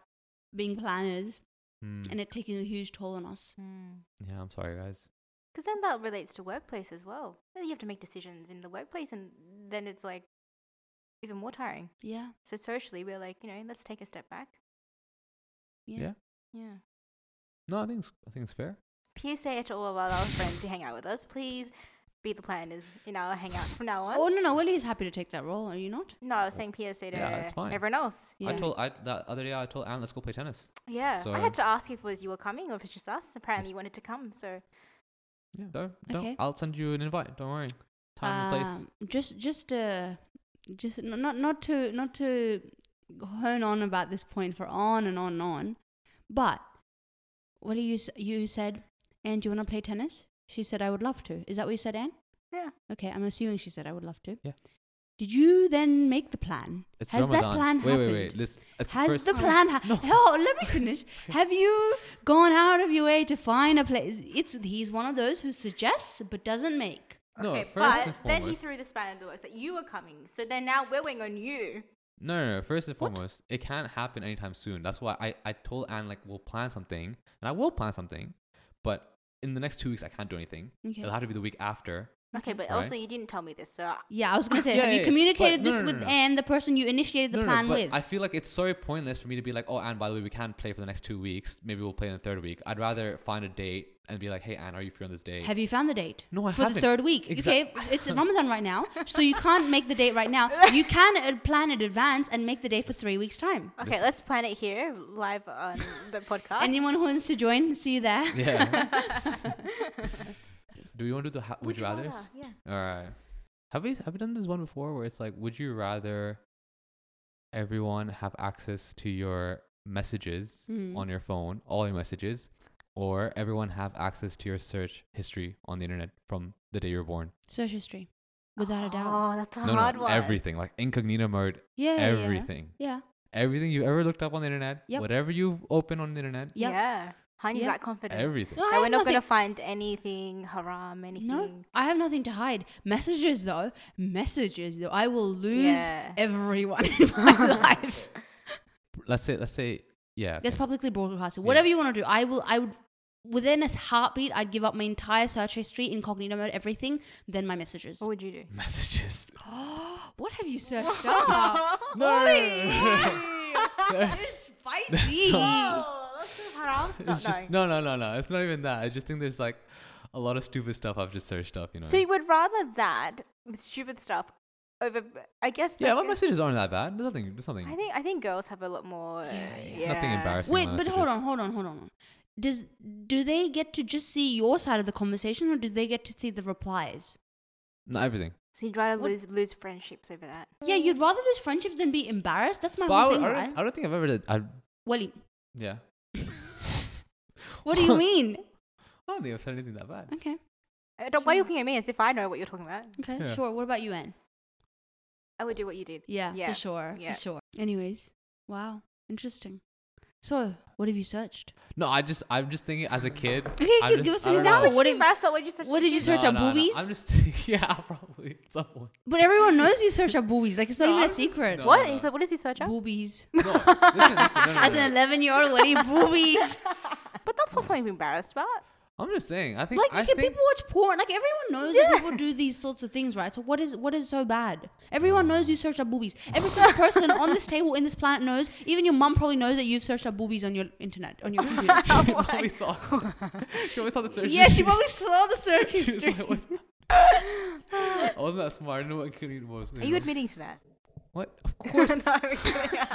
[SPEAKER 3] being planners
[SPEAKER 2] Mm,
[SPEAKER 3] and it taking a huge toll on us.
[SPEAKER 4] Because
[SPEAKER 2] yeah, I'm sorry, guys.
[SPEAKER 4] then that relates to workplace as well. You have to make decisions in the workplace, and then it's like even more tiring.
[SPEAKER 3] Yeah.
[SPEAKER 4] So socially, we're like, you know, let's take a step back.
[SPEAKER 3] Yeah.
[SPEAKER 2] Yeah.
[SPEAKER 4] Yeah.
[SPEAKER 2] No, I think it's, I think it's fair.
[SPEAKER 4] PSA to all of our other friends who hang out with us, please be the planners in our hangouts from now on.
[SPEAKER 3] Oh no, no. Willie is happy to take that role. Are you not?
[SPEAKER 4] No, I was saying PSA to
[SPEAKER 2] Yeah, it's fine.
[SPEAKER 4] everyone else.
[SPEAKER 3] Yeah.
[SPEAKER 2] I told I that other day I told Anne let's go play tennis.
[SPEAKER 4] Yeah. I
[SPEAKER 2] So-
[SPEAKER 4] had to ask if it was you were coming or if it's just us. Apparently, you wanted to come, so
[SPEAKER 2] Yeah, don't, don't.
[SPEAKER 3] Okay.
[SPEAKER 2] I'll send you an invite. Don't worry. Time and place.
[SPEAKER 3] Um, Just, just, uh, just n- not, not to, not to hone on about this point for on and on and on. But what do you s- you said? Anne, do you want to play tennis? She said, I would love to. Is that what you said, Anne?
[SPEAKER 4] yeah.
[SPEAKER 3] Okay, I'm assuming she said I would love to.
[SPEAKER 2] Yeah.
[SPEAKER 3] Did you then make the plan?
[SPEAKER 2] It's
[SPEAKER 3] Has
[SPEAKER 2] Ramadan.
[SPEAKER 3] that plan
[SPEAKER 2] wait, wait,
[SPEAKER 3] happened?
[SPEAKER 2] wait. Listen, it's
[SPEAKER 3] Has
[SPEAKER 2] first-
[SPEAKER 3] the plan? Ha-
[SPEAKER 2] No.
[SPEAKER 3] Oh, let me finish. Have you gone out of your way to find a place? It's he's one of those who suggests but doesn't make.
[SPEAKER 2] No,
[SPEAKER 4] okay,
[SPEAKER 2] first
[SPEAKER 4] but
[SPEAKER 2] and
[SPEAKER 4] then he
[SPEAKER 2] foremost-
[SPEAKER 4] threw the spanner in the works that you were coming, so then now we're waiting on you.
[SPEAKER 2] No, no, no. First and
[SPEAKER 3] What?
[SPEAKER 2] foremost, it can't happen anytime soon. That's why I, I told Anne, like, we'll plan something, and I will plan something, but in the next two weeks, I can't do anything.
[SPEAKER 3] Okay.
[SPEAKER 2] It'll have to be the week after.
[SPEAKER 4] Okay, but
[SPEAKER 2] Right.
[SPEAKER 4] also you didn't tell me this, so
[SPEAKER 3] Yeah, I was gonna say,
[SPEAKER 2] Yeah,
[SPEAKER 3] have
[SPEAKER 2] yeah,
[SPEAKER 3] you
[SPEAKER 2] yeah.
[SPEAKER 3] communicated
[SPEAKER 2] But- no, no,
[SPEAKER 3] this
[SPEAKER 2] no,
[SPEAKER 3] with
[SPEAKER 2] no.
[SPEAKER 3] Anne, the person you initiated the
[SPEAKER 2] no,
[SPEAKER 3] plan
[SPEAKER 2] no, but
[SPEAKER 3] with?
[SPEAKER 2] I feel like it's so pointless for me to be like, oh, Anne, by the way, we can't play for the next two weeks. Maybe we'll play in the third week. I'd rather find a date and be like, hey, Anne, are you free on this date?
[SPEAKER 3] have you found the date?
[SPEAKER 2] No, I
[SPEAKER 3] For the
[SPEAKER 2] haven't.
[SPEAKER 3] third week.
[SPEAKER 2] Exac-
[SPEAKER 3] Okay, it's Ramadan right now, so you can't make the date right now. You can uh, plan in advance and make the date for three weeks' time.
[SPEAKER 4] okay, let's plan it here live on the podcast.
[SPEAKER 3] Anyone who wants to join, see you there.
[SPEAKER 2] yeah. do you want to do the ha- would,
[SPEAKER 4] Would
[SPEAKER 2] you rather?
[SPEAKER 4] Yeah.
[SPEAKER 2] All right. Have we have we done this one before where it's like, would you rather everyone have access to your messages
[SPEAKER 3] Hmm.
[SPEAKER 2] on your phone, all your messages, or everyone have access to your search history on the internet from the day you were born?
[SPEAKER 3] Search history, without a doubt.
[SPEAKER 4] Oh, that's a
[SPEAKER 2] no,
[SPEAKER 4] hard
[SPEAKER 2] no,
[SPEAKER 4] one.
[SPEAKER 2] everything like incognito mode,
[SPEAKER 3] Yeah, yeah, yeah.
[SPEAKER 2] everything,
[SPEAKER 3] Yeah.
[SPEAKER 2] everything you ever looked up on the internet,
[SPEAKER 3] Yep.
[SPEAKER 2] whatever you've opened on the internet,
[SPEAKER 3] Yep.
[SPEAKER 4] Yeah. Honey's
[SPEAKER 3] Yep.
[SPEAKER 4] that confident.
[SPEAKER 2] everything.
[SPEAKER 3] No, I
[SPEAKER 4] that we're
[SPEAKER 3] have
[SPEAKER 4] not going to
[SPEAKER 3] nothing-
[SPEAKER 4] find anything haram, anything.
[SPEAKER 3] No, I have nothing to hide. Messages though, messages though, I will lose
[SPEAKER 4] Yeah.
[SPEAKER 3] everyone in my life.
[SPEAKER 2] Let's say, let's say, yeah,
[SPEAKER 3] That's
[SPEAKER 2] okay.
[SPEAKER 3] publicly broadcasted. Whatever you want to do, I will. I would within a heartbeat, I'd give up my entire search history, incognito mode, everything, then my messages.
[SPEAKER 4] What would you do?
[SPEAKER 2] messages.
[SPEAKER 3] Oh, what have you searched up?
[SPEAKER 2] No.
[SPEAKER 3] It's spicy.
[SPEAKER 2] some-
[SPEAKER 4] haram stuff.
[SPEAKER 2] it's just
[SPEAKER 4] no.
[SPEAKER 2] no. no, no, no, It's not even that. I just think there's like a lot of stupid stuff I've just searched up. You know.
[SPEAKER 4] So you would rather that stupid stuff over, I guess.
[SPEAKER 2] yeah, my
[SPEAKER 4] like,
[SPEAKER 2] messages aren't that bad. There's nothing. There's nothing.
[SPEAKER 4] I think I think girls have a lot more.
[SPEAKER 3] Yeah, yeah.
[SPEAKER 4] yeah.
[SPEAKER 2] Nothing embarrassing.
[SPEAKER 3] Wait,
[SPEAKER 2] my
[SPEAKER 3] but hold
[SPEAKER 2] messages.
[SPEAKER 3] on, hold on, hold on. Does do they get to just see your side of the conversation, or do they get to see the replies?
[SPEAKER 2] No, everything.
[SPEAKER 4] So you'd rather
[SPEAKER 3] What-
[SPEAKER 4] lose lose friendships over that.
[SPEAKER 3] Yeah, you'd rather lose friendships than be embarrassed. That's my
[SPEAKER 2] But I,
[SPEAKER 3] whole
[SPEAKER 2] would,
[SPEAKER 3] thing,
[SPEAKER 2] I,
[SPEAKER 3] right?
[SPEAKER 2] don't, I don't think I've ever. Did, I
[SPEAKER 3] Willie,
[SPEAKER 2] yeah.
[SPEAKER 3] what do you mean?
[SPEAKER 2] I don't think I've done anything that bad.
[SPEAKER 3] Okay,
[SPEAKER 4] Uh, don't- Why are you looking at me as if I know what you're talking about?
[SPEAKER 3] okay,
[SPEAKER 2] Yeah.
[SPEAKER 3] sure. What about you, Anne?
[SPEAKER 4] I would do what you did.
[SPEAKER 3] Yeah,
[SPEAKER 4] Yeah,
[SPEAKER 3] for sure,
[SPEAKER 4] yeah.
[SPEAKER 3] for sure. Anyways, wow, interesting. So, what have you searched?
[SPEAKER 2] No, I just. I'm just thinking as a kid.
[SPEAKER 3] Okay,
[SPEAKER 2] I'm just-
[SPEAKER 3] give- give us
[SPEAKER 2] I
[SPEAKER 3] an
[SPEAKER 2] don't know.
[SPEAKER 4] How
[SPEAKER 3] example.
[SPEAKER 4] would
[SPEAKER 3] what
[SPEAKER 4] you be
[SPEAKER 3] if-
[SPEAKER 4] embarrassed about what you searched?
[SPEAKER 3] what
[SPEAKER 4] as a
[SPEAKER 3] did you
[SPEAKER 4] kid?
[SPEAKER 3] search
[SPEAKER 2] no,
[SPEAKER 3] up
[SPEAKER 2] no, no.
[SPEAKER 3] boobies?
[SPEAKER 2] I'm just. Yeah, probably someone.
[SPEAKER 3] But everyone knows you search up boobies. Like it's not
[SPEAKER 2] No,
[SPEAKER 3] even
[SPEAKER 2] I'm
[SPEAKER 3] a
[SPEAKER 2] just-
[SPEAKER 3] secret.
[SPEAKER 2] no.
[SPEAKER 4] What? So what does he search up?
[SPEAKER 3] Boobies.
[SPEAKER 2] No, listen, listen, no, no,
[SPEAKER 3] As
[SPEAKER 2] no,
[SPEAKER 3] an
[SPEAKER 2] no.
[SPEAKER 3] eleven-year-old, what are you boobies?
[SPEAKER 4] But that's not something to be embarrassed about.
[SPEAKER 2] I'm just saying. I think.
[SPEAKER 3] Like
[SPEAKER 2] I
[SPEAKER 3] okay,
[SPEAKER 2] think,
[SPEAKER 3] people watch porn. Like everyone knows that people do these sorts of things, right? So what is what is so bad? Everyone knows you search up boobies. Every single person on this table in this planet knows. Even your mum probably knows that you've searched up boobies on your internet on your computer.
[SPEAKER 2] she probably saw. she always saw the search.
[SPEAKER 3] yeah, she
[SPEAKER 2] history.
[SPEAKER 3] probably saw the search
[SPEAKER 2] She was
[SPEAKER 3] history.
[SPEAKER 2] like, "What's-" I wasn't that smart. No one could eat was.
[SPEAKER 4] Are you admitting to that?
[SPEAKER 2] What? Of course.
[SPEAKER 4] No, I'm kidding.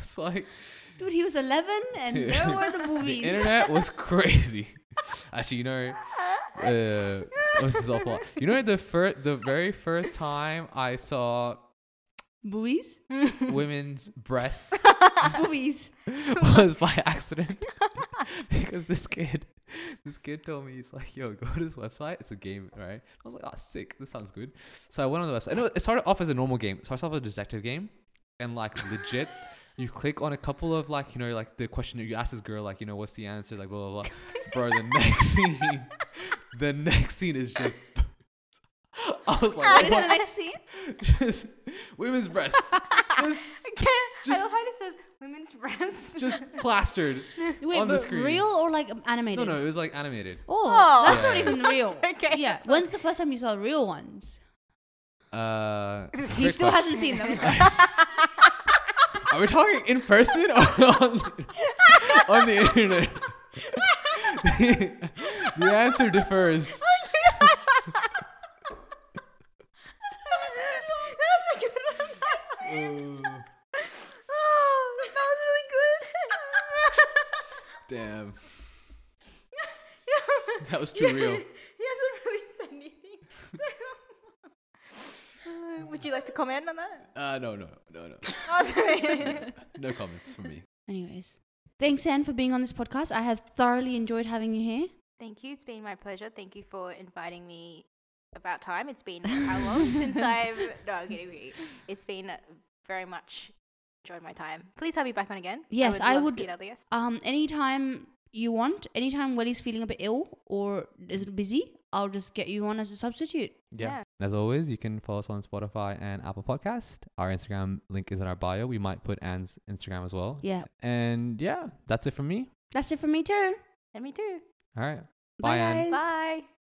[SPEAKER 2] It's like
[SPEAKER 3] Dude, he was eleven, and
[SPEAKER 2] Dude.
[SPEAKER 3] there were the
[SPEAKER 2] the
[SPEAKER 3] movies.
[SPEAKER 2] internet was crazy. Actually, you know, uh, this is awful. You know, the first, the very first time I saw
[SPEAKER 3] Boobies,
[SPEAKER 2] women's breasts
[SPEAKER 3] boobies.
[SPEAKER 2] was by accident because this kid this kid told me he's like, "Yo, go to this website. It's a game, right?" I was like, "Oh, sick. This sounds good." So I went on the website. And it it started off as a normal game. It starts off as a detective game, and like legit, you click on a couple of like, you know, like the question that you ask this girl, like, you know, what's the answer, like, blah blah blah. Bro, the next scene, the next scene is just. I was
[SPEAKER 3] What
[SPEAKER 2] like,
[SPEAKER 3] is the
[SPEAKER 2] what?
[SPEAKER 3] next scene?
[SPEAKER 2] just women's breasts, just,
[SPEAKER 4] I
[SPEAKER 2] Just-
[SPEAKER 4] love how it says women's Oh, breasts.
[SPEAKER 2] just plastered.
[SPEAKER 3] Wait,
[SPEAKER 2] On the
[SPEAKER 3] but
[SPEAKER 2] screen.
[SPEAKER 3] real or like um,
[SPEAKER 2] No,
[SPEAKER 3] animated?
[SPEAKER 2] no, it was like animated.
[SPEAKER 3] Oh,
[SPEAKER 4] Oh.
[SPEAKER 3] that's not
[SPEAKER 2] Yeah.
[SPEAKER 3] even real.
[SPEAKER 4] okay.
[SPEAKER 3] Yeah.
[SPEAKER 4] That's
[SPEAKER 3] When's the first time you saw real ones?
[SPEAKER 2] Uh,
[SPEAKER 4] He
[SPEAKER 3] He
[SPEAKER 2] great
[SPEAKER 3] still
[SPEAKER 2] question.
[SPEAKER 3] hasn't seen them.
[SPEAKER 2] Are we talking in person or on, on the internet? the, the answer differs.
[SPEAKER 4] that was a good one. That's it.
[SPEAKER 2] Oh,
[SPEAKER 4] Oh, that was really good.
[SPEAKER 2] damn, that was too real.
[SPEAKER 4] He hasn't really said anything. So- Uh, would you like to comment on that?
[SPEAKER 2] Uh, no, no, no, no,
[SPEAKER 4] Oh, sorry.
[SPEAKER 2] no comments from me.
[SPEAKER 3] Anyways, thanks, Anne, for being on this podcast. I have thoroughly enjoyed having you here.
[SPEAKER 4] Thank you. It's been my pleasure. Thank you for inviting me. About time. It's been how long since I've no I'm kidding. we- It's been very much enjoyed my time. Please have me back on again.
[SPEAKER 3] Yes, I
[SPEAKER 4] love to
[SPEAKER 3] would-
[SPEAKER 4] be another guest.
[SPEAKER 3] Um, anytime you want, anytime Willie's feeling a bit ill or is busy, I'll just get you on as a substitute.
[SPEAKER 4] Yeah.
[SPEAKER 2] As always, you can follow us on Spotify and Apple Podcast. Our Instagram link is in our bio. We might put Anne's Instagram as well.
[SPEAKER 3] Yeah,
[SPEAKER 2] And yeah, that's it from me.
[SPEAKER 3] that's it for me too.
[SPEAKER 4] And me too.
[SPEAKER 2] All right. Bye, Anne.
[SPEAKER 3] guys.
[SPEAKER 4] Bye.